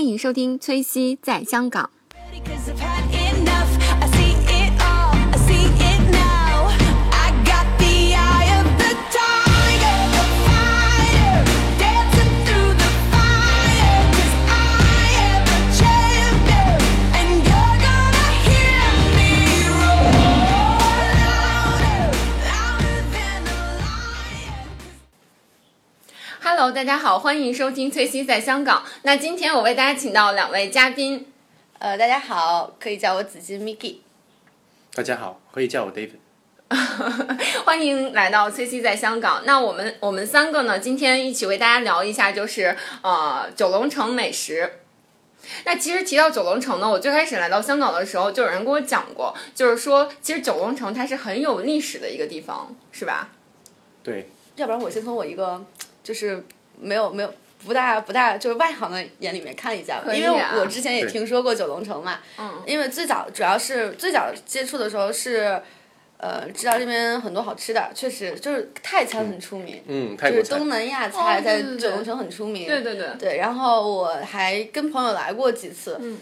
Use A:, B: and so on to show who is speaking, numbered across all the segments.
A: 迎收听崔西在香港。
B: Cause I've had enough. I see it all. I see it now. I got the eye of the tiger, the fire, dancing through the fire. 'Cause I am the champion, and you're gonna hear me roar louder, louder than a lion.
A: Hello，大家好，欢迎收听崔西在香港。那今天我为大家请到两位嘉宾，
C: 呃，大家好，可以叫我紫金 Miki。
D: 大家好，可以叫我 David。
A: 欢迎来到 CC 在香港。那我们我们三个呢，今天一起为大家聊一下，就是呃九龙城美食。那其实提到九龙城呢，我最开始来到香港的时候，就有人跟我讲过，就是说其实九龙城它是很有历史的一个地方，是吧？
D: 对，
C: 要不然我先从我一个就是没有没有不大不大就是外行的眼里面看一下吧，
A: 可以
C: 因为
A: 啊
C: 我我之前也
D: 对
C: 听说过九龙城嘛，
A: 嗯
C: 因为最早主要是最早接触的时候是。呃，知道这边很多好吃的，确实就是泰餐很出名，
D: 嗯，泰
C: 就
D: 国
C: 是
D: 菜
C: 东南亚
A: 哦
C: 菜
A: 对
C: 在
A: 对对
C: 九龙城很出名。
A: 对对对
C: 对，然后我还跟朋友来过几次，
A: 嗯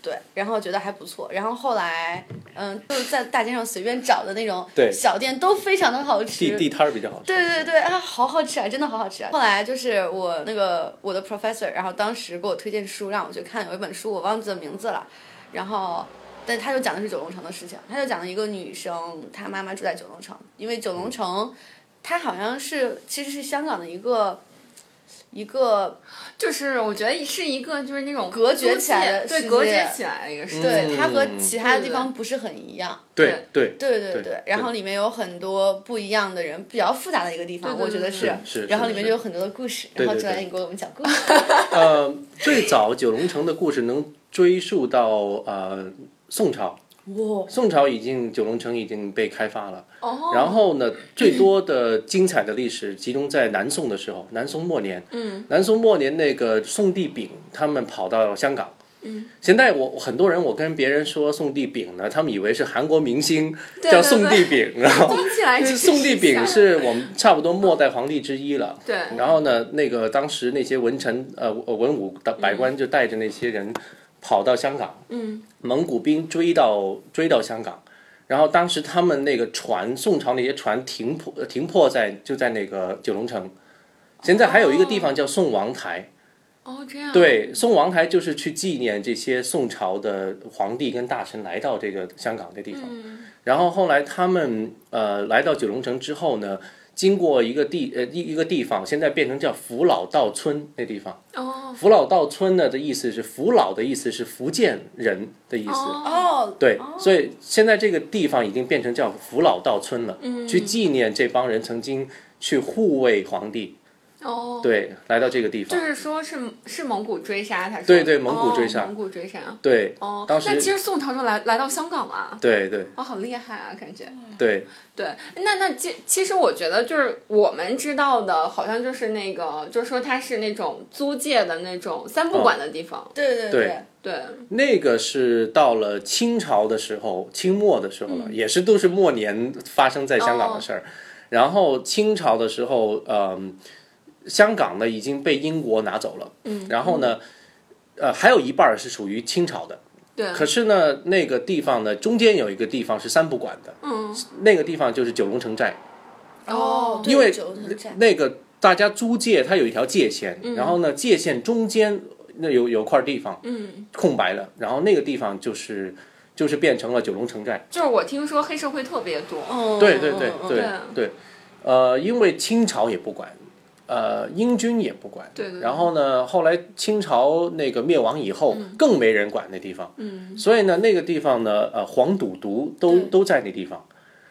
C: 对，然后觉得还不错。然后后来，嗯，就是在大街上随便找的那种
D: 对
C: 小店都非常的好吃。
D: 地地摊儿比较好吃。
C: 对对对啊，好好吃啊，真的好好吃啊！后来就是我那个我的 professor，然后当时给我推荐书，让我去看，有一本书我忘记了名字了，然后。但他就讲的是九龙城的事情，他就讲了一个女生，她妈妈住在九龙城，因为九龙城，它好像是其实是香港的一个一个
A: 就是我觉得是一个就是那种
C: 隔绝起来的
A: 租界对
C: 世界
A: 隔绝起来的一个世界。
C: 对，
D: 嗯
C: 它和其他地
A: 对
C: 方不是很一样。
D: 对对
C: 对对
D: 对
C: 对，然后
D: 对
C: 里面有很多不一样的人，比较复杂的一个地方，
A: 对对
C: 我觉得
A: 对
D: 是是
C: 然后
D: 是
C: 里面
D: 是
C: 就有很多的故事，
D: 对
C: 然后
D: 对
C: 专
D: 对
C: 业你给我们讲故事。
D: 呃，最早九龙城的故事能追溯到呃宋朝，
C: 哇，
D: 宋朝已经九龙城已经被开发了。
A: 哦，
D: 然后呢，最多的精彩的历史集中在南宋的时候，南宋末年。
A: 嗯，
D: 南宋末年那个宋帝昺他们跑到香港。嗯，现在我很多人，我跟别人说宋帝昺呢，他们以为是韩国明星
A: 对
D: 叫
A: 对
D: 宋帝
A: 对
D: 昺，然后
A: 听起来
D: 就
A: 就是是
D: 宋帝昺是我们差不多末代皇帝之一了。
A: 对
D: 然后呢，那个当时那些文臣呃文武的百官就带着那些人跑到香港，
A: 嗯，
D: 蒙古兵追到追到香港，然后当时他们那个船，宋朝那些船停泊呃停泊在就在那个九龙城。现在还有一个地方叫宋王台，
A: 哦这样
D: 对，宋王台就是去纪念这些宋朝的皇帝跟大臣来到这个香港的地方。
A: 嗯
D: 然后后来他们呃来到九龙城之后呢，经过一个地呃一一个地方，现在变成叫福老道村那地方。
A: 哦
D: 福老道村呢的意思是福老的意思是福建人的意思。
A: 哦
C: 哦，
D: 对，所以现在这个地方已经变成叫福老道村了，
A: 嗯
D: 去纪念这帮人曾经去护卫皇帝，
A: 哦，
D: 对，来到这个地
A: 就
D: 方，
A: 是说是是蒙古追杀，他说
D: 对对蒙古追杀
A: 哦蒙古追杀。
D: 对，
A: 哦，
D: 当时
A: 那其实宋朝就来来到香港了。
D: 对对
A: 哦，好厉害啊，感觉。
D: 对，
A: 对，那那其其实我觉得就是我们知道的，好像就是那个，就是说它是那种租界的那种三不管的地方。
D: 嗯
C: 对对
D: 对
A: 对，
D: 那个是到了清朝的时候，清末的时候
A: 嗯
D: 了，也是都是末年发生在香
A: 哦
D: 港的事儿。然后清朝的时候，嗯、香港呢已经被英国拿走了，嗯，然后呢，呃，还有一半儿是属于清朝的。
A: 对
D: 可是呢，那个地方呢，中间有一个地方是三不管的，
A: 嗯，
D: 那个地方就是九龙城寨，
C: 哦，
D: 因为
C: 九龙城
D: 那个大家租界它有一条界限，然后呢，界限中间那有有块地方，
A: 嗯，
D: 空白了，然后那个地方就是就是变成了九龙城寨，
A: 就是我听说黑社会特别多。
C: 嗯，
D: 对对对
A: 哦
C: 嗯嗯嗯
D: 对
A: 啊
D: 对，呃，因为清朝也不管。呃，英军也不管，
A: 对对对
D: 然后呢，后来清朝那个灭亡以后，更没人管那地方。
A: 嗯，
D: 所以呢，那个地方呢，呃，黄赌毒都
C: 对
D: 都在那地方，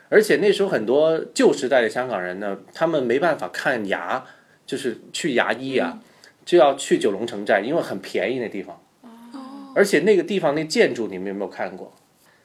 D: 而且那时候很多旧时代的香港人呢，他们没办法看牙，就是去牙医
A: 嗯
D: 啊，就要去九龙城寨，因为很便宜那地方。
A: 哦
D: 而且那个地方那建筑你们有没有看过？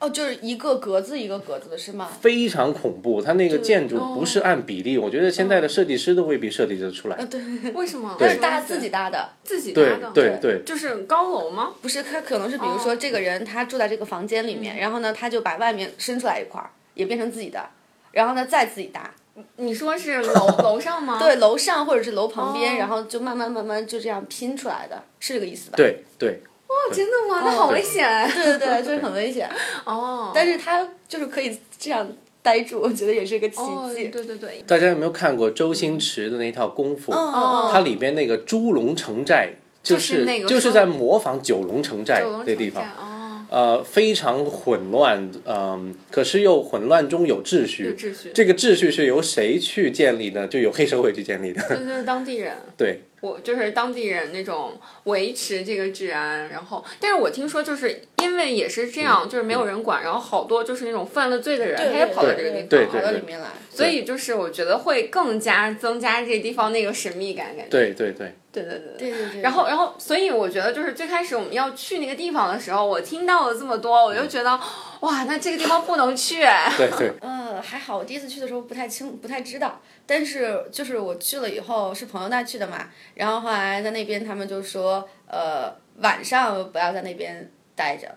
C: 哦，就是一个格子一个格子的是吗？
D: 非常恐怖，它那个
C: 对
D: 建筑不是按比例，我觉得现在的设计师都未必设计得出来
C: 啊，。 对，
A: 为什么？
C: 它
A: 为
C: 是
A: 什么
C: 搭自己搭的，
A: 自己搭
D: 对
A: 的。
D: 对对
A: 就是高楼吗？
C: 不是它可能是比如说这个人他住在这个房间里面，然后呢他就把外面伸出来一块儿，也变成自己的，然后呢再自己搭，
A: 你说是 楼楼上吗？
C: 对，楼上或者是楼旁边，
A: 哦
C: 然后就慢慢慢慢就这样拼出来的，是这个意思吧？
D: 对对，
A: 哦，真的吗？那好危险
C: 对对对，就是很危险，
A: 哦。
C: 啊 但是他就是可以这样呆住，我觉得也是个奇
A: 哦，
C: 迹。
A: 对对对，
D: 大家有没有看过周星驰的那套《功夫》？
C: 哦
D: 它里边那个猪笼城寨，就
A: 就是
D: 是
A: 那个
D: 就是
A: 说
D: 在模仿九龙城寨
A: 九龙
D: 的
A: 城
D: 地方
A: 寨。哦，
D: 呃，非常混乱，嗯、可是又混乱中有秩序。
A: 有秩序
D: 这个秩序是由谁去建立的？就由黑社会去建立的。
A: 对对，当地人。
D: 对，
A: 我就是当地人那种维持这个治安，然后，但是我听说就是因为也是这
D: 嗯
A: 样，就是没有人管，然后好多就是那种犯了罪的人，
C: 对
A: 他也跑到这
D: 对
A: 个地方，
D: 对
C: 跑
D: 对
C: 到里面来，
A: 所以就是我觉得会更加增加这地方那个神秘感，感觉，
D: 对对对，
A: 对对对
C: 对对对
A: 然后，然后，所以我觉得就是最开始我们要去那个地方的时候，我听到了这么多，我就觉得哇，那这个地方不能去。
D: 对对，
C: 呃，还好，我第一次去的时候不太清，不太知道。但是就是我去了以后，是朋友带去的嘛，然后后来在那边他们就说，呃，晚上不要在那边待着，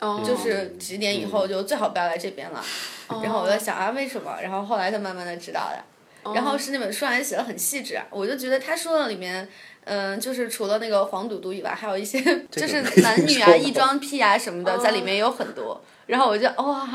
A: 哦，
C: 就是几点以
D: 哦嗯
C: 后就最好不要来这边了。 然后我在想啊，为什么？然后后来才慢慢的知道
D: 哦
C: 的。然后是那本书上也写的很细致啊，我就觉得他说的里面，嗯、就是除了那个黄赌毒以外，还有 一些就是
D: 没
C: 男
D: 听
C: 女啊、
D: 说
C: 异
D: 过哦
C: 装癖啊什么的，在里面也有很多。然后我就哦哇，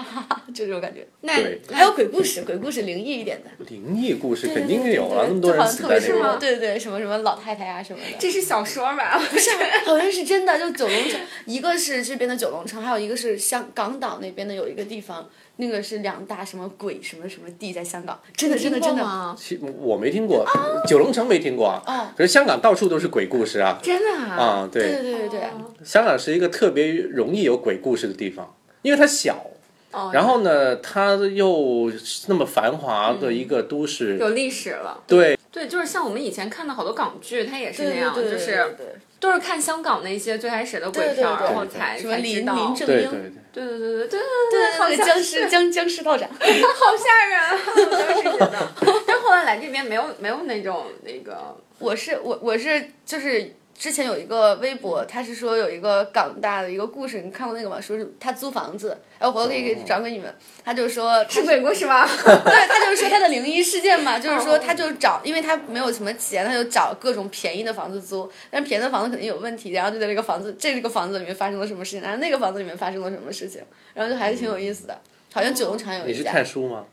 C: 就这种感觉。
A: 那
D: 对
A: 那
C: 还有鬼故事，鬼故事灵异一点的，
D: 灵异故事肯定有
C: 对
D: 啊，那么多
C: 就
D: 人
C: 好像
D: 死在
C: 特别
D: 那
C: 是
D: 边
C: 吗？。对对对，什么什么老太太啊什么的，
A: 这是小说吧？ 不是，
C: 好像是啊真的。就九龙城，一个是这边的九龙城，还有一个是香港岛那边的有一个地方，那个是两大什么鬼什么什么地，在香港，真的真的真的。
A: 吗？
D: 其我没听过，九龙城没听过啊
C: 哦。
D: 可是香港到处都是鬼故事啊。
A: 真的啊？
D: 啊，
C: 对对对对对，
D: 香港是一个特别容易有鬼故事的地方，因为它小，
A: 哦，
D: 然后呢，它又是那么繁华的一
C: 嗯
D: 个都市，
A: 有历史了。
D: 对
A: 对，就是像我们以前看的好多港剧，它也是那样，
C: 对对对
A: 就是
C: 对
A: 都是看香港那些最开始的鬼片儿，
C: 对对对
A: 然后
D: 对对
A: 才
C: 什么
A: 才
C: 林
A: 知
C: 林
A: 道。
C: 正
D: 对
C: 英，
D: 对
A: 对对对对对
C: 对
A: 好
C: 对
A: 像
C: 僵尸
A: 是
C: 僵僵尸道长，
A: 好吓人啊！我当时觉 得，但后来来这边没有没有那种那个
C: 我是我我是就是之前有一个微博，他是说有一个港大的一个故事，你看过那个吗？说是他租房子，哎，我可以给转给你们。他就说
A: 是鬼故事 吗？
C: 对，他就是说他的灵异事件 嘛，就是说他就找，因为他没有什么钱，他就找各种便宜的房子租，但便宜的房子肯定有问题，然后就在这个房子这个房子里面发生了什么事情，然后那个房子里面发生了什么事情， 然后就还是挺有意思的。好像九龙城有
D: 你
C: 一
D: 是
C: 家哦
D: 看，书吗？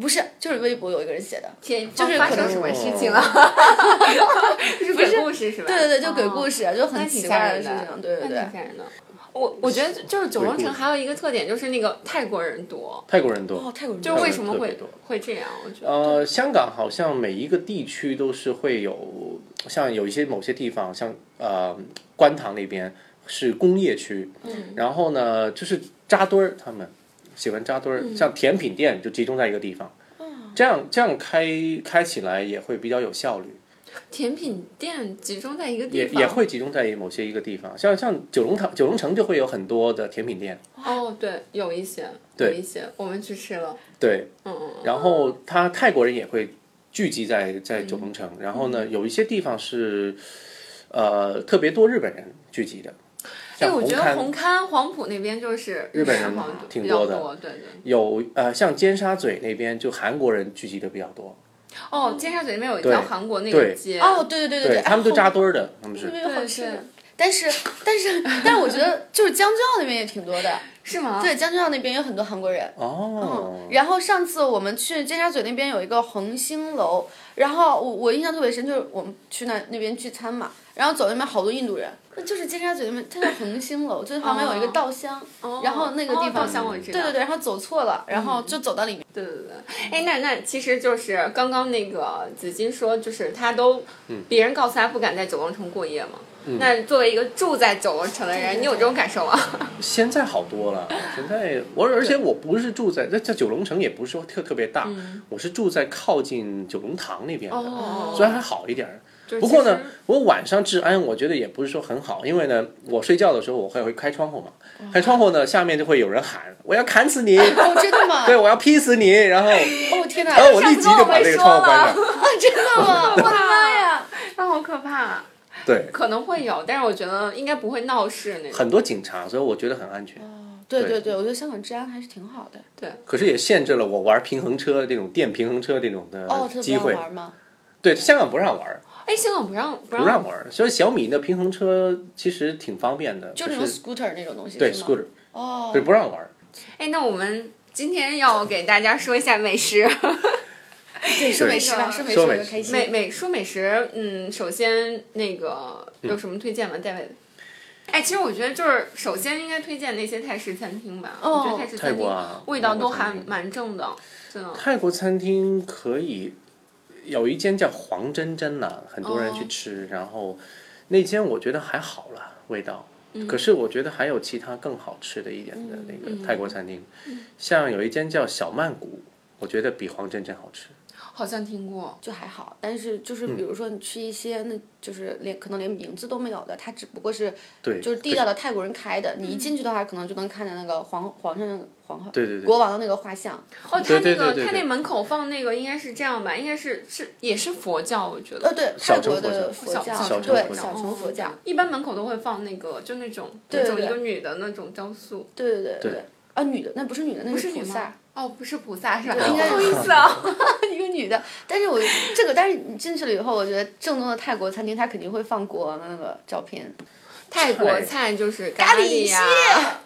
C: 不是，就是微博有一个人写的，
A: 就是发生什么事情了？ 是鬼故事是吧？
C: 对对对，就鬼故事，就
A: 那
C: 很
A: 挺
C: 奇
A: 吓
C: 怪
A: 人
C: 事
A: 的
C: 情，对对
A: 那
C: 对
A: 挺。吓人的。我我觉得就是九龙城还有一个特点，就是那个泰国人多，
D: 泰国人多。
C: 哦，泰国人
A: 就是为什么
D: 泰国人
A: 会
D: 嗯特别多
A: 会这样？我觉得
D: 呃，香港好像每一个地区都是会有，像有一些某些地方，像呃观塘那边是工业区，
A: 嗯
D: 然后呢就是扎堆儿，他们喜欢扎堆儿，
A: 嗯
D: 像甜品店就集中在一个地方，
A: 哦
D: 这样这样开开起来也会比较有效率，
A: 甜品店集中在一个地
D: 也
A: 方，
D: 也会集中在某些一个地方，像像九龙塘九龙城就会有很多的甜品店，
A: 哦，对，有一些，
D: 对
A: 有一些，我们去吃了，
D: 对，
A: 嗯嗯嗯，
D: 然后他泰国人也会聚集在在九龙城，
A: 嗯
D: 然后呢，有一些地方是呃特别多日本人聚集的，
A: 哎，
D: 像
A: 我
D: 红
A: 觉得
D: 磡
A: 红磡、黄埔那边就是
D: 日本人
A: 好像
D: 挺
A: 比较
D: 多
A: 多
D: 的
A: 对对。
D: 有呃像尖沙咀那边就韩国人聚集的比较多，
A: 哦，尖沙咀那边有一条
D: 对
A: 韩国那
D: 对
A: 个街，
C: 哦，，对对对对对，
D: 他们
A: 哎
C: 都
D: 都扎堆儿的，他们
C: 特
D: 是
C: 别好吃
A: 对对
C: 的。但是，但是，但是，我觉得就是江军澳那边也挺 多的，
A: 是吗？
C: 对，江军澳那边有很多韩国人。
D: 哦
C: 嗯，，然后上次我们去尖沙咀那边有一个恒星楼，然后我我印象特别深，就是我们去那那边聚餐嘛，然后走那边好多印度人，那就是尖沙咀那边，它叫恒星楼，就是旁边有一个稻香，然后那个地方、
A: 哦稻香我知道
C: 对对对，然后走错了，然后就走到里面，
A: 对对对，哎，那那其实就是刚刚那个紫金说，就是他都，
D: 嗯
A: 别人告诉他不敢在九龙城过夜嘛。那作为一个住在九龙城的人，你有这种感受吗？
D: 现在好多了，现在我而且我不是住在在在九龙城，也不是说特特别大，我是住在靠近九龙塘那边的，
A: 嗯哦
D: 虽然还好一点儿。
A: 就是
D: 不过呢
A: 其实，
D: 我晚上治安我觉得也不是说很好，因为呢，我睡觉的时候我会会开窗户嘛，开窗户呢，下面就会有人喊我要砍 死你，
C: 哦，真的吗？
D: 对我要劈死你， 然后
C: 哦天哪，
D: 然后我立即就把这个窗户关
A: 上次跟
D: 上。
C: 真的吗？我的妈呀！
A: 啊那好可怕， 啊
D: 对，
A: 可能会有，但是我觉得应该不会闹事那种。
D: 很多警察，所以我觉得很安全。
C: 对
D: 对
C: 对对，我觉得香港治安还是挺好的。
D: 可是也限制了我玩平衡车这种电平衡车这种的
C: 哦，他不
D: 呃机
C: 让
D: 会。
C: 玩吗？
D: 对，香港不让玩儿，
A: 哎，哎，香港不让不
D: 不让玩。所以小米那平衡车其实挺方便的，
C: 就
D: 可
C: 那种
D: 是
C: scooter 那种东西，
D: 对
C: 是吗
D: scooter，
C: 哦
D: 对，不让玩。
A: 哎，那我们今天要给大家说一下美食。
C: 对，说美食吧，
A: 是的
D: 说
C: 说美食我
D: 美
C: 就
D: 食
C: 开心。
A: 美美说美食，嗯，首先那个
D: 嗯
A: 有什么推荐吗？戴维？哎，其实我觉得就是首先应该推荐那些泰式餐厅吧，
C: 哦
A: 我觉得泰式餐
D: 泰
A: 厅
D: 国啊
A: 味道都还
D: 泰国餐厅
A: 蛮正的，真的。
D: 泰国餐厅可以有一间叫黄真真呐、很多
A: 哦
D: 人去吃，然后那间我觉得还好啦，味道。
A: 嗯
D: 可是我觉得还有其他更好吃的一点的那个泰国餐厅，
A: 嗯
D: 像有一间叫小曼谷，我觉得比黄真真好吃。
A: 好像听过。
C: 就还好，但是就是
D: 嗯
C: 比如说你去一些那就是连可能连名字都没有的，它只不过是
D: 对，
C: 就是地
D: 可
C: 道的泰国人开的，你一进去的话可能就能看见那个皇皇上皇后
D: 对对对
C: 国王的那个画像，
A: 哦，他
D: 对
A: 那
D: 对
A: 个
D: 对对
A: 他
D: 对
A: 那门口放那个应该是这样吧，应该是是也是佛教，我觉
C: 呃
A: 得。
C: 对泰
D: 小乘
C: 国
D: 佛
C: 的
D: 教
C: 佛
A: 小
C: 教
A: 小乘
C: 对
D: 佛教
C: 小乘佛教
A: 哦，一般门口都会放那个，就那种
C: 对
A: 那种
C: 对
A: 一个女的那种雕塑，
C: 对对对
D: 对
C: 对啊女的那不是女的，那
A: 不是
C: 菩
A: 女
C: 萨
A: 吗。？哦，不是菩萨是吧？
C: 对应该
A: 不好意思啊。
C: 一个女的，但是我这个，但是你进去了以后，我觉得正宗的泰国餐厅，它肯定会放国王的那个照片。
A: 泰国菜就是
C: 咖
A: 咖
C: 喱
A: 呀、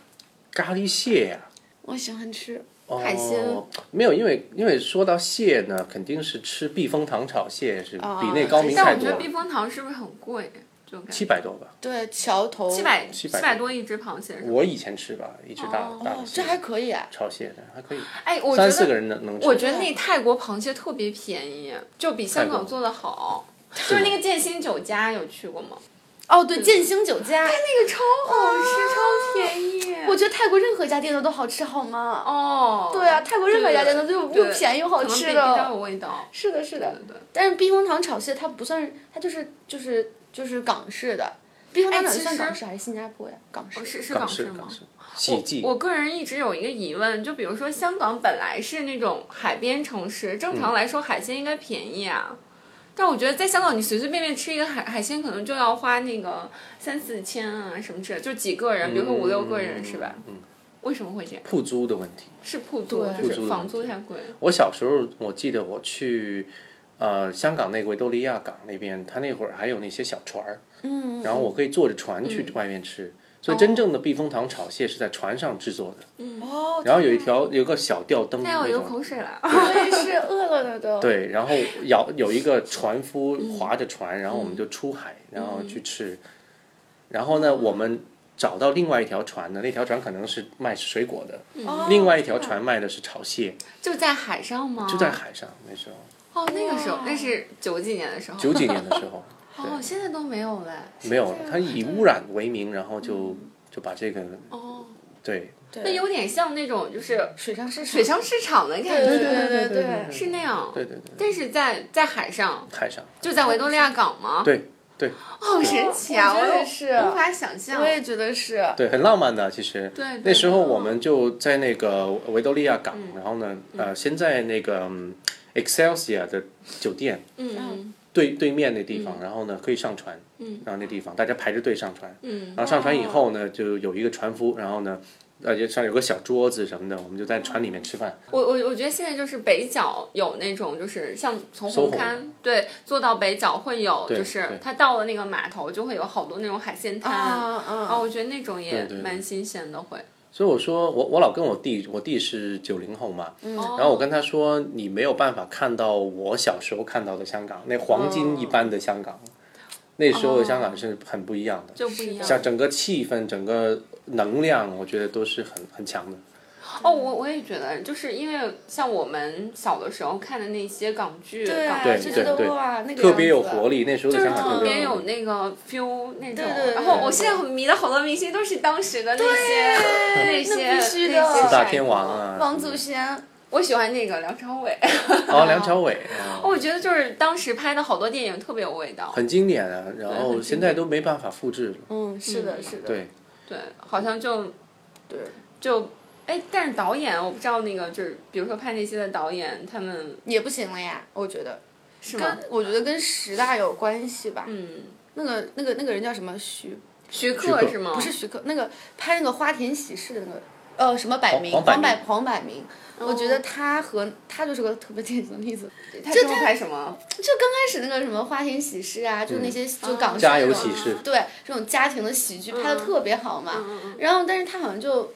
D: 咖喱蟹呀、
C: 我喜欢吃，
D: 哦
A: 海鲜
D: 没有，因为因为说到蟹呢，肯定是吃避风塘炒蟹是
C: 哦
D: 比那高明
A: 但
C: 但
D: 太
A: 我
D: 多
A: 觉得
D: 了
A: 避，风塘是不是很贵？就感觉
D: 七百多吧。
C: 对桥头
A: 七百七
D: 700多
A: 百多一只螃蟹是吧。
D: 我以前吃吧，一只大、
A: 哦
D: 大
C: 哦
D: 的，蟹
C: 这还可以啊。
D: 炒蟹的还可以，
A: 哎，我觉
D: 三四个
A: 得
D: 人能能啊吃。
A: 我觉得那泰国螃蟹特别便宜，就比香
D: 泰
A: 港
D: 国
A: 做的好。就是那个建新酒家有去过吗？
C: 哦，对，建兴酒家，
A: 那个超好吃，超便宜。
C: 我觉得泰国任何一家店的都好吃，好吗？
A: 哦，
C: 对啊，泰国任何一家店都又
A: 对
C: 又便宜又好吃
A: 可能比比较有
C: 的。
A: 味道。
C: 是的，是
A: 对
C: 的。
A: 对对。
C: 但是避风塘炒蟹它不算，它就是就是就是港式的。避风塘
A: 哎
C: 炒蟹
A: 其
C: 算
A: 实
C: 港式还是新加坡呀？港式。
A: 是是
D: 港
A: 式吗
D: 港？式喜剧
A: 我个人一直有一个疑问，就比如说香港本来是那种海边城市，正
D: 嗯
A: 常来说海鲜应该便宜啊。但我觉得在香港，你随随便便吃一个海海鲜，可能就要花那个三四千啊什么之类的，就几个人，比如说五六个人、是吧？
D: 嗯，
A: 为什么会这样？
D: 铺租的问题。
A: 是铺租，
C: 对
A: 就
D: 铺租
A: 是
D: 的
A: 房
D: 问嗯
A: 租太贵。
D: 我小时候我记得我去呃香港那个维多利亚港那边，它那会儿还有那些小船儿，
C: 嗯，
D: 然后我可以坐着船
A: 嗯
D: 去外面吃。所以真
A: 哦
D: 正的避风塘炒蟹是在船上制作的，
C: 哦，
D: 然后有一条有个小吊灯
A: 哎嗯呀，我
D: 那
A: 流
D: 种
A: 口，水了。
C: 我也是饿了的都。
D: 对，然后有有一个船夫划着船，然后我们就出海，然后去吃。然后呢，我们找到另外一条船呢，那条船可能是卖水果的，
C: 哦
D: 另外一条船卖的嗯是哦炒蟹，
A: 就在海上吗？
D: 就在。海上那时候，
A: 哦，那个时候
C: 哇
A: 那是九几年的时候。
D: 九几年的时候，
A: 哦，现在都没有嘞。
D: 对，没有了。他以污染为名，然后就就把这个
A: 哦，
D: 嗯对
A: 那有点像那种就是
C: 水上市场，
A: 水上市场的感觉。
C: 对对对对
D: 对
A: 是那样。
D: 对对对
A: 但是在在海上，
D: 海上，
A: 就在维多利亚港吗？，
D: 对对
A: 好神奇啊！
C: 我觉得
A: 都
C: 哦是
A: 无法想象。
C: 我也觉得是。
D: 对，很浪漫的其实。
A: 对对嗯
D: 那时候我们就在那个维多利亚港，然后呢，呃，先在那个嗯 Excelsior 的酒店。
A: 嗯
D: 对对面那地方，然后呢可以上船，然后那地方大家排着队上船，
A: 嗯
D: 然后上船以后呢，就有一个船夫，然后呢，呃，就上有个小桌子什么的，我们就在船里面吃饭。
A: 我我我觉得现在就是北角有那种，就是像从
D: 搜
A: 红
D: 狐
A: 磡对坐到北角会有，
D: 对
A: 就是
D: 对
A: 它到了那个码头就会有好多那种海鲜摊。
C: 啊啊
A: 哦，我觉得那种也
D: 对对对
A: 蛮新鲜的，会。
D: 所以我说，我我老跟我弟，我弟是九零后嘛，
C: 嗯
A: 然
D: 然后我跟他说，你没有办法看到我小时候看到的香港，那黄
A: 哦
D: 金一般的香港，那时候的香港是很不一样的，
A: 就不一样。
D: 像整个气氛、整个能量，我觉得都是很很强的。
A: 哦，我我也觉得，就是因为像我们小的时候看的那些港剧，
C: 对啊
A: 港
D: 对
C: 就
A: 剧
C: 觉
D: 对
C: 得
D: 对
C: 哇那个
D: 特别有
C: 样子
D: 活力，那时候
A: 啊就
D: 的
A: 是
D: 香港
A: 特别
D: 有活
A: 有
D: 力
A: 那个 feel 那种
C: 对对对，
A: 然后我现在很迷的好多明星都是当时的那些那些
C: 那必须
A: 那
C: 的
A: 些
D: 四大
A: 帅
D: 天
A: 哥
D: 王，啊，
C: 王祖贤，
A: 我喜欢那个梁朝伟，
D: 哦，梁朝伟，哦
A: 我觉 得就是当时拍的好多电影特别有味道，
D: 很经典啊，然
A: 很
D: 后
A: 经
D: 现在都没办法复制了。
C: 嗯，是的，是的，
D: 对，
A: 对，好像就
C: 对，
A: 就哎，但是导演我不知道那个就是比如说拍那些的导演他们
C: 也不行了呀，我觉得
A: 是吗？
C: 跟我觉得跟时代有关系吧。
A: 嗯，
C: 那个那个那个人叫什么徐？
A: 徐
D: 徐
A: 克
D: 克
A: 是吗？
C: 不是徐克，那个拍那个花田喜事的那个呃什么百
D: 黄
C: 鸣，
D: 黄百
C: 黄
D: 鸣
C: 百黄百鸣。
A: 哦
C: 我觉得他和他就是个特别典型的例子，
A: 他这么拍什么？
C: 就刚开始那个什么花田喜事
A: 嗯
C: 啊，就那些就港式
D: 家有
C: 那
D: 喜
C: 种
D: 事，
C: 对这种家庭的喜
A: 嗯
C: 剧拍的特别好嘛。然后，但是他好像就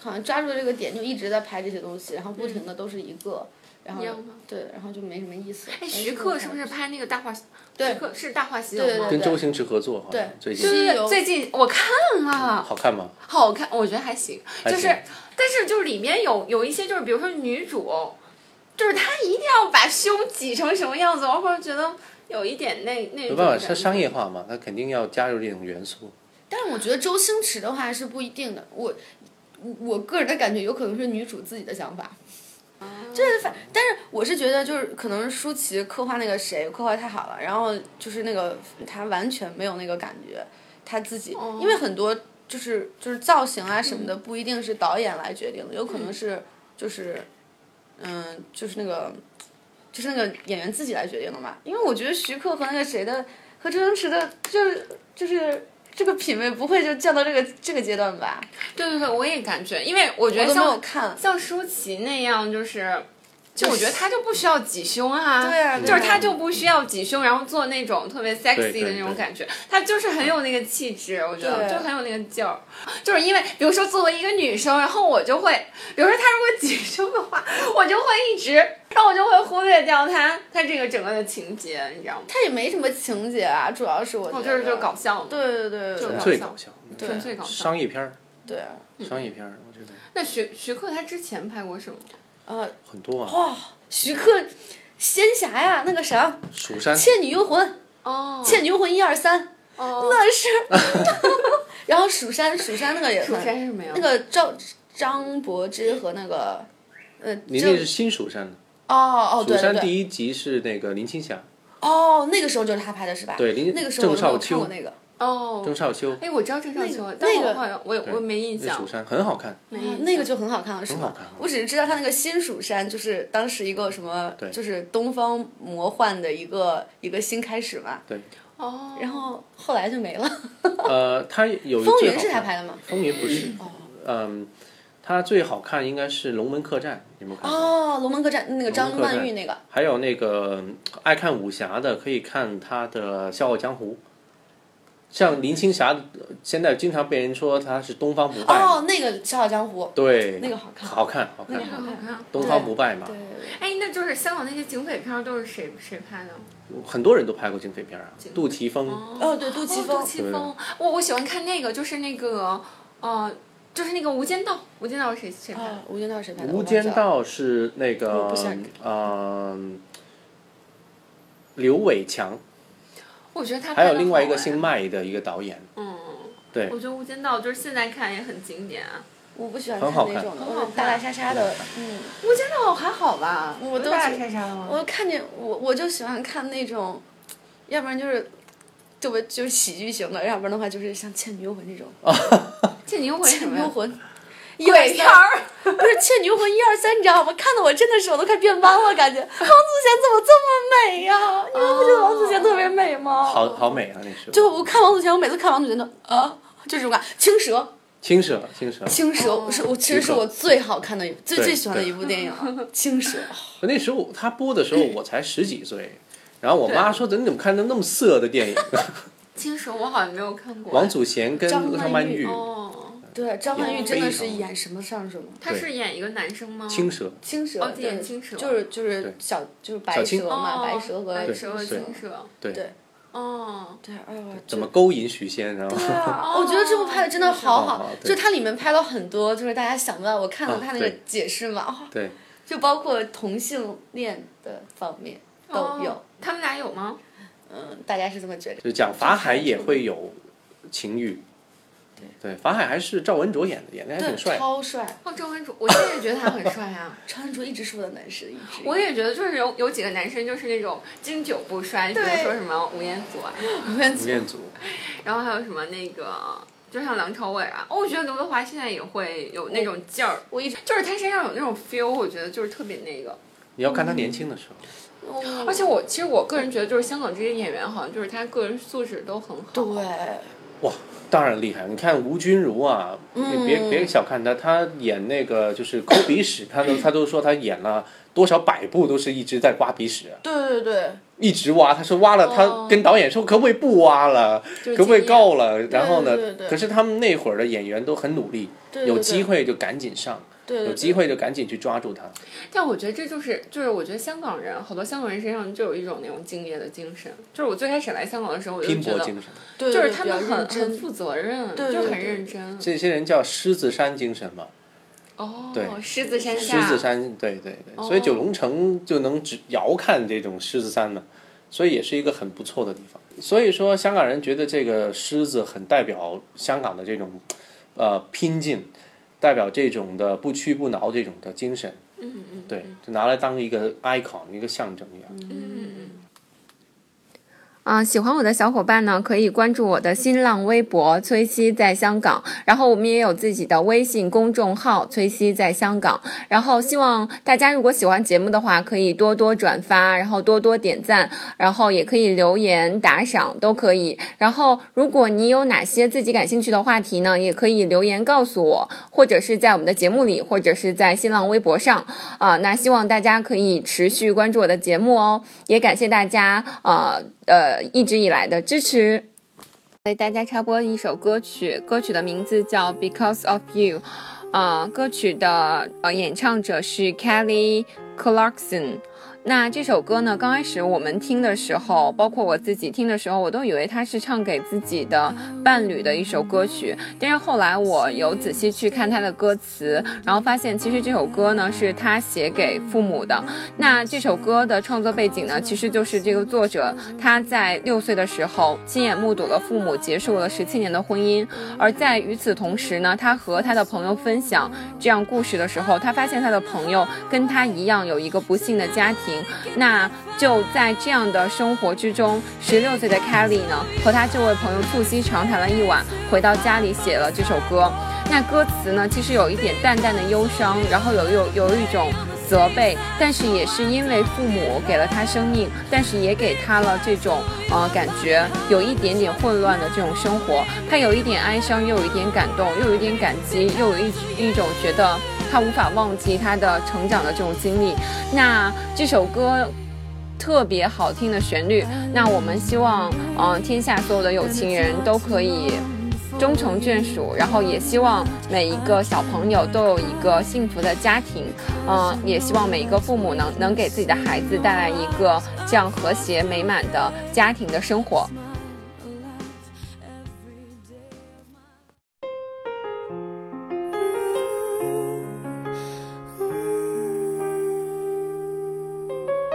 C: 好像抓住了这个点，就一直在拍这些东西，然后不停的都是一个，然
A: 嗯
C: 后
A: 一样的
C: 对，然后就没什么意思。哎，
A: 徐克是不是？拍那个《大话西》？徐克是《大话西游》
C: 对
A: 吗？
C: 对
D: 跟
C: 对
D: 周星驰合作，好像最
C: 对
A: 对
D: 近
A: 对
C: 西
A: 对，
C: 游
A: 最近我看了，
D: 好看吗？
A: 好看，我觉得还行，就
D: 行
A: 是，但是就是里面有有一些就是，比如说女主，就是她一定要把胸挤成什么样子，我会觉得有一点那那
D: 没
A: 种
D: 办法，
A: 感
D: 它
A: 觉。
D: 商业化嘛，它肯定要加入这种元素。
C: 但是我觉得周星驰的话是不一定的，我我我个人的感觉有可能是女主自己的想法。就是反，但是我是觉得，就是可能是舒淇刻画那个谁刻画太好了，然后就是那个他完全没有那个感觉，他自己，因为很多就是就是造型啊什么的不一定是导演来决定的，有可能是就是嗯、就是那个就是那个演员自己来决定的嘛。因为我觉得徐克和那个谁的和周星驰的，就是就是这个品味不会就降到这个这个阶段吧？
A: 对对对，我也感觉，因为我觉
C: 我
A: 得
C: 都没
A: 像
C: 有看。
A: 像舒淇那样，就是。就我觉得她就不需要挤胸啊，
C: 对啊对啊
A: 就是她就不需要挤胸，然后做那种特别 sexy 的
D: 对
A: 那
D: 对
A: 种感觉，她就是很有那个气质，我觉得
C: 对
A: 就很有那个劲儿。就是因为比如说作为一个女生，然后我就会，比如说她如果挤胸的话，我就会一直，然后我就会忽略掉她她这个整个的情节，你知道吗？
C: 他也没什么情节啊，主要是我觉
A: 我
C: 得
A: 哦就是就搞笑嘛，
C: 对对对对
A: 搞笑
D: 纯粹搞笑，
A: 纯粹搞笑。
D: 商业片儿，
C: 对，
D: 商业片儿，我觉得
A: 那徐徐克他之前拍过什么？
C: 呃，
D: 很多啊。
C: 哇，徐克，仙侠呀，那个啥，
D: 蜀山
C: 《倩女幽魂》，
A: 哦，
C: 《倩女幽魂》一二三，
A: 哦，
C: 那是， 然后蜀山，蜀山那个也
A: 蜀
C: 很，
A: 山是没有
C: 那个赵张柏芝和那个，呃，
D: 您
C: 郑
D: 那是新蜀山的，
C: 哦哦
D: 蜀
C: 对对
D: 山
C: 对，
D: 第一集是那个林青霞、
C: 哦那个时候就是他拍的是吧？
D: 对林
C: 那个时候我
D: 郑
C: 都
D: 少
C: 没有看过
D: 秋
C: 那个，
A: 哦，
D: 郑少秋，
A: 哎，我知道郑少秋
C: 那个，
A: 但
C: 那
A: 我
C: 个
A: 好像我我没印
D: 那
A: 象
D: 蜀，山很好看，
A: 没
C: 啊
A: 印象。
C: 那个就很好看了，是
D: 很
C: 吗
D: 好看？
C: 我只是知道他那个新蜀山，就是当时一个什么
D: 对，
C: 就是东方魔幻的一个一个新开始嘛。
D: 对，
A: 哦，
C: 然后后来就没了。
D: 呃，他有一
C: 风
D: 最
C: 云
D: 好
C: 是他
D: 看
C: 拍的吗？哦
D: 风云不是，嗯，他最好看应该是《龙门客栈》，你们看过？
C: 哦，《龙门客栈》那个张
D: 龙门客栈
C: 曼玉那个，
D: 还有那个嗯爱看武侠的，可以看他的《笑傲江湖》。像林青霞，呃现在经常被人说她是东方不败嘛，
C: 哦，那个《笑傲江湖》。
D: 对，
C: 那个好看
D: 好看，好看，
A: 哦
C: 那个好看
D: 东方不败嘛
C: 对，对对对，
A: 哎，那就是香港那些警匪片儿都是谁谁拍的？
D: 很多人都拍过警匪片啊，杜琪峰，
C: 哦对，杜
A: 哦
C: 琪
A: 杜
C: 峰。
A: 琪峰，我我喜欢看那个，就是那个，呃，就是那个《无间道》，《无间道》是谁谁拍的
C: 哦，？《无间道》是谁拍的？
D: 无
C: 我忘
D: 间
C: 记了。
D: 道》是那
C: 我
D: 个
C: 不想
D: 呃刘伟强，
A: 我觉得他
D: 还
A: 拍
D: 有
A: 得
D: 另外一
A: 好
D: 个
A: 哎
D: 姓麦的一个导演，
A: 嗯，
D: 对
A: 我觉得《无间道》就是现在看也很经典啊。
C: 我不喜欢
D: 很
C: 看
D: 好
C: 那
D: 看
C: 种的，
A: 很
C: 我
A: 好
C: 是打打杀杀的。嗯，
A: 《无间道》还好吧？
C: 我都
A: 打打
C: 是
A: 杀杀吗？
C: 我看见我我就喜欢看那种，要不然就是。就不就是喜剧型的，要不然的话就是像《倩女幽魂》这种，
D: 啊
C: 《
A: 倩女幽 魂是什
C: 倩
A: 么
C: 女
A: 呀？
C: 幽魂》一二
A: 鬼
C: 三
A: 片儿。
C: 不是《倩女幽魂》一二三，你知道吗？看的我真的是我都快变弯了，感觉王祖贤怎么这么美呀、你们不觉得王祖贤
A: 哦
C: 特别美吗？
D: 好好美啊，那是
C: 就我看王祖贤，我每次看王祖贤都啊，就这种感。青蛇，
D: 青蛇，青蛇，
C: 青蛇我是我其实是我最好看的一最
D: 对
C: 最喜欢的
D: 对
C: 一部电影了， 青蛇。
D: 那时候他播的时候我才十几岁，然后我妈说：“怎么你怎么看的那么色的电影
A: 青蛇我好像没有看？”过。
D: 王祖贤跟
C: 张曼
D: 张曼
C: 玉
D: 玉，
A: 哦，
C: 对，张曼玉
A: 有
C: 真的
D: 非
C: 是
D: 常
C: 演什么上什么。
A: 他
D: 对
A: 是演一个男生吗？
D: 青蛇，
C: 青蛇
A: 哦，
C: 对
A: 演青蛇
C: 就是就是
D: 对
C: 小就是
D: 小
C: 白
D: 青
C: 蛇嘛，白蛇和
A: 哦白
D: 对
A: 蛇和
D: 对
A: 青蛇。
D: 对
C: 对
A: 哦，
C: 对，哎呦，
D: 怎么勾引许仙，然后
C: 对啊，我觉得这部拍的真的好好
D: 哦，
C: 就
D: 对
C: 它里面拍了很多，就是大家想不到。我看了
D: 啊
C: 它那个
D: 对
C: 解释嘛，哦
D: 对
C: 就包括同性恋的方面都有
A: 哦。他们俩有吗？
C: 嗯，大家是这么觉得。
D: 就讲法海也会有情欲，对，法海还是赵文卓演的，演的还
C: 对，
D: 挺帅，
C: 超帅，
A: 哦，郑文主，我现在也觉得他很帅 啊。
C: 穿着一直是我的男神，一直。
A: 我也觉得，就是有有几个男生就是那种经久不衰，比如
C: 对
A: 说什么吴彦祖啊，
D: 吴彦祖，
C: 嗯
A: 然后还有什么那个，就像梁朝伟啊，哦，我觉得刘德华现在也会有那种劲儿，
C: 我一直，
A: 就是他身上有那种 feel，我觉得就是特别那个。
D: 你要看他年轻的时候，
A: 而
C: 而
A: 且我其实我个人觉得，就是香港这些演员好像就是他个人素质都很好。
C: 对，
D: 哇，当然厉害！你看吴君如啊，你
C: 嗯
D: 别别小看她，她演那个就是抠鼻屎，她都她都说她演了多少百部都是一直在挖鼻屎，
C: 对对对，
D: 一直挖。她说挖了，她跟导演说可不可以不挖了，
C: 哦就是
D: 可不可以
C: 经验
D: 够了？然后呢
C: 对对对，
D: 可是他们那会儿的演员都很努力，
C: 对对
D: 有
C: 对
D: 机会就赶紧上，
C: 对对
D: 有
C: 对
D: 机会就赶紧去抓住它。
A: 但我觉得这就是就是我觉得香港人好多香港人身上就有一种那种敬业的精神。就是我最开始来香港的时候，我就
D: 拼
A: 觉
D: 搏
A: 得
D: 精神，
C: 对
A: 就是
C: 对对
A: 他
C: 比较
A: 们很
C: 认真
A: 很负责任，
C: 对对
A: 就是很
C: 对
A: 认真。
D: 这些人叫狮子山精神嘛。
A: 哦，
D: 对
A: 狮子山下，
D: 狮子山，对对对，所以九龙城就能只遥看这种狮子山呢，所以也是一个很不错的地方。所以说，香港人觉得这个狮子很代表香港的这种呃拼劲，代表这种的不屈不挠这种的精神。嗯嗯，对，就拿来当一个 icon 一个象征一样。
A: 嗯、喜欢我的小伙伴呢，可以关注我的新浪微博“崔西在香港”，然后我们也有自己的微信公众号“崔西在香港”。然后希望大家如果喜欢节目的话，可以多多转发，然后多多点赞，然后也可以留言打赏都可以。然后如果你有哪些自己感兴趣的话题呢，也可以留言告诉我，或者是在我们的节目里，或者是在新浪微博上啊、那希望大家可以持续关注我的节目哦，也感谢大家呃呃一直以来的支持。为大家插播一首歌曲，歌曲的名字叫《Because of You》，呃，歌曲的呃演唱者是 Kelly Clarkson。那这首歌呢，刚开始我们听的时候，包括我自己听的时候，我都以为它是唱给自己的伴侣的一首歌曲。但是后来我有仔细去看它的歌词，然后发现其实这首歌呢是他写给父母的。那这首歌的创作背景呢，其实就是这个作者他在六岁的时候亲眼目睹了父母结束了十七年的婚姻，而在与此同时呢，他和他的朋友分享这样故事的时候，他发现他的朋友跟他一样有一个不幸的家庭。那就在这样的生活之中，十六岁的 Kelly 呢和他这位朋友促膝长谈了一晚，回到家里写了这首歌。那歌词呢，其实有一点淡淡的忧伤，然后有有有一种责备，但是也是因为父母给了他生命，但是也给他了这种呃感觉有一点点混乱的这种生活，他有一点哀伤，又有一点感动，又有一点感激，又有一一种觉得他无法忘记他的成长的这种经历。那这首歌特别好听的旋律。那我们希望，嗯、天下所有的有情人都可以终成眷属，然后也希望每一个小朋友都有一个幸福的家庭，嗯、也希望每一个父母能能给自己的孩子带来一个这样和谐美满的家庭的生活。
B: Mm. Mm.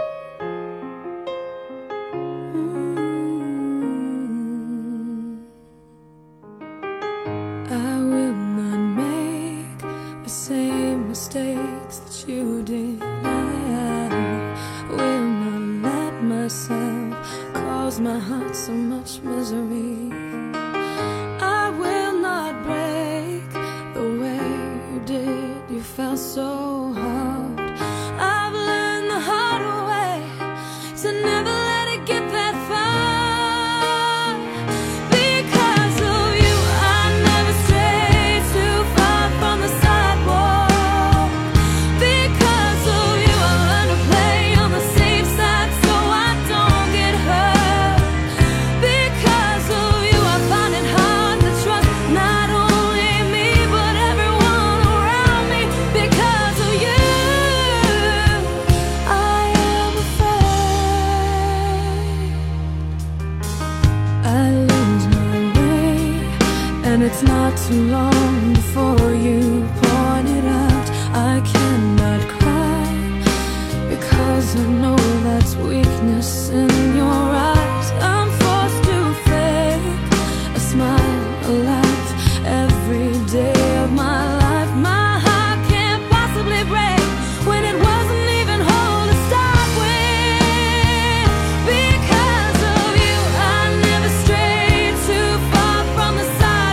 E: I will not make the same mistakes that you did. I will not let myself cause my heart so much misery. I will not break the way you did. You fell so hard. I've learned the hard way to never let it get that far. Because of you, I never stayed too far from the sidewalk. Because of you, I learn to play on the safe side so I don't get hurt. Because of you, I find it hard to trust not only me but everyone around me. Because of you, I am afraid. I lose my way, and it's not too long before you point it out. I cannot cry. Because I know that's weakness in your eyes. I'm forced to fake a smile, a laugh every day of my life. My heart can't possibly break when it wasn't even whole to start with. Because of you, I never strayed too far from the sidewalk.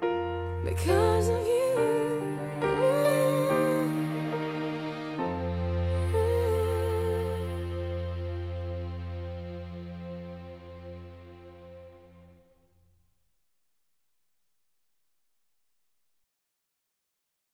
E: come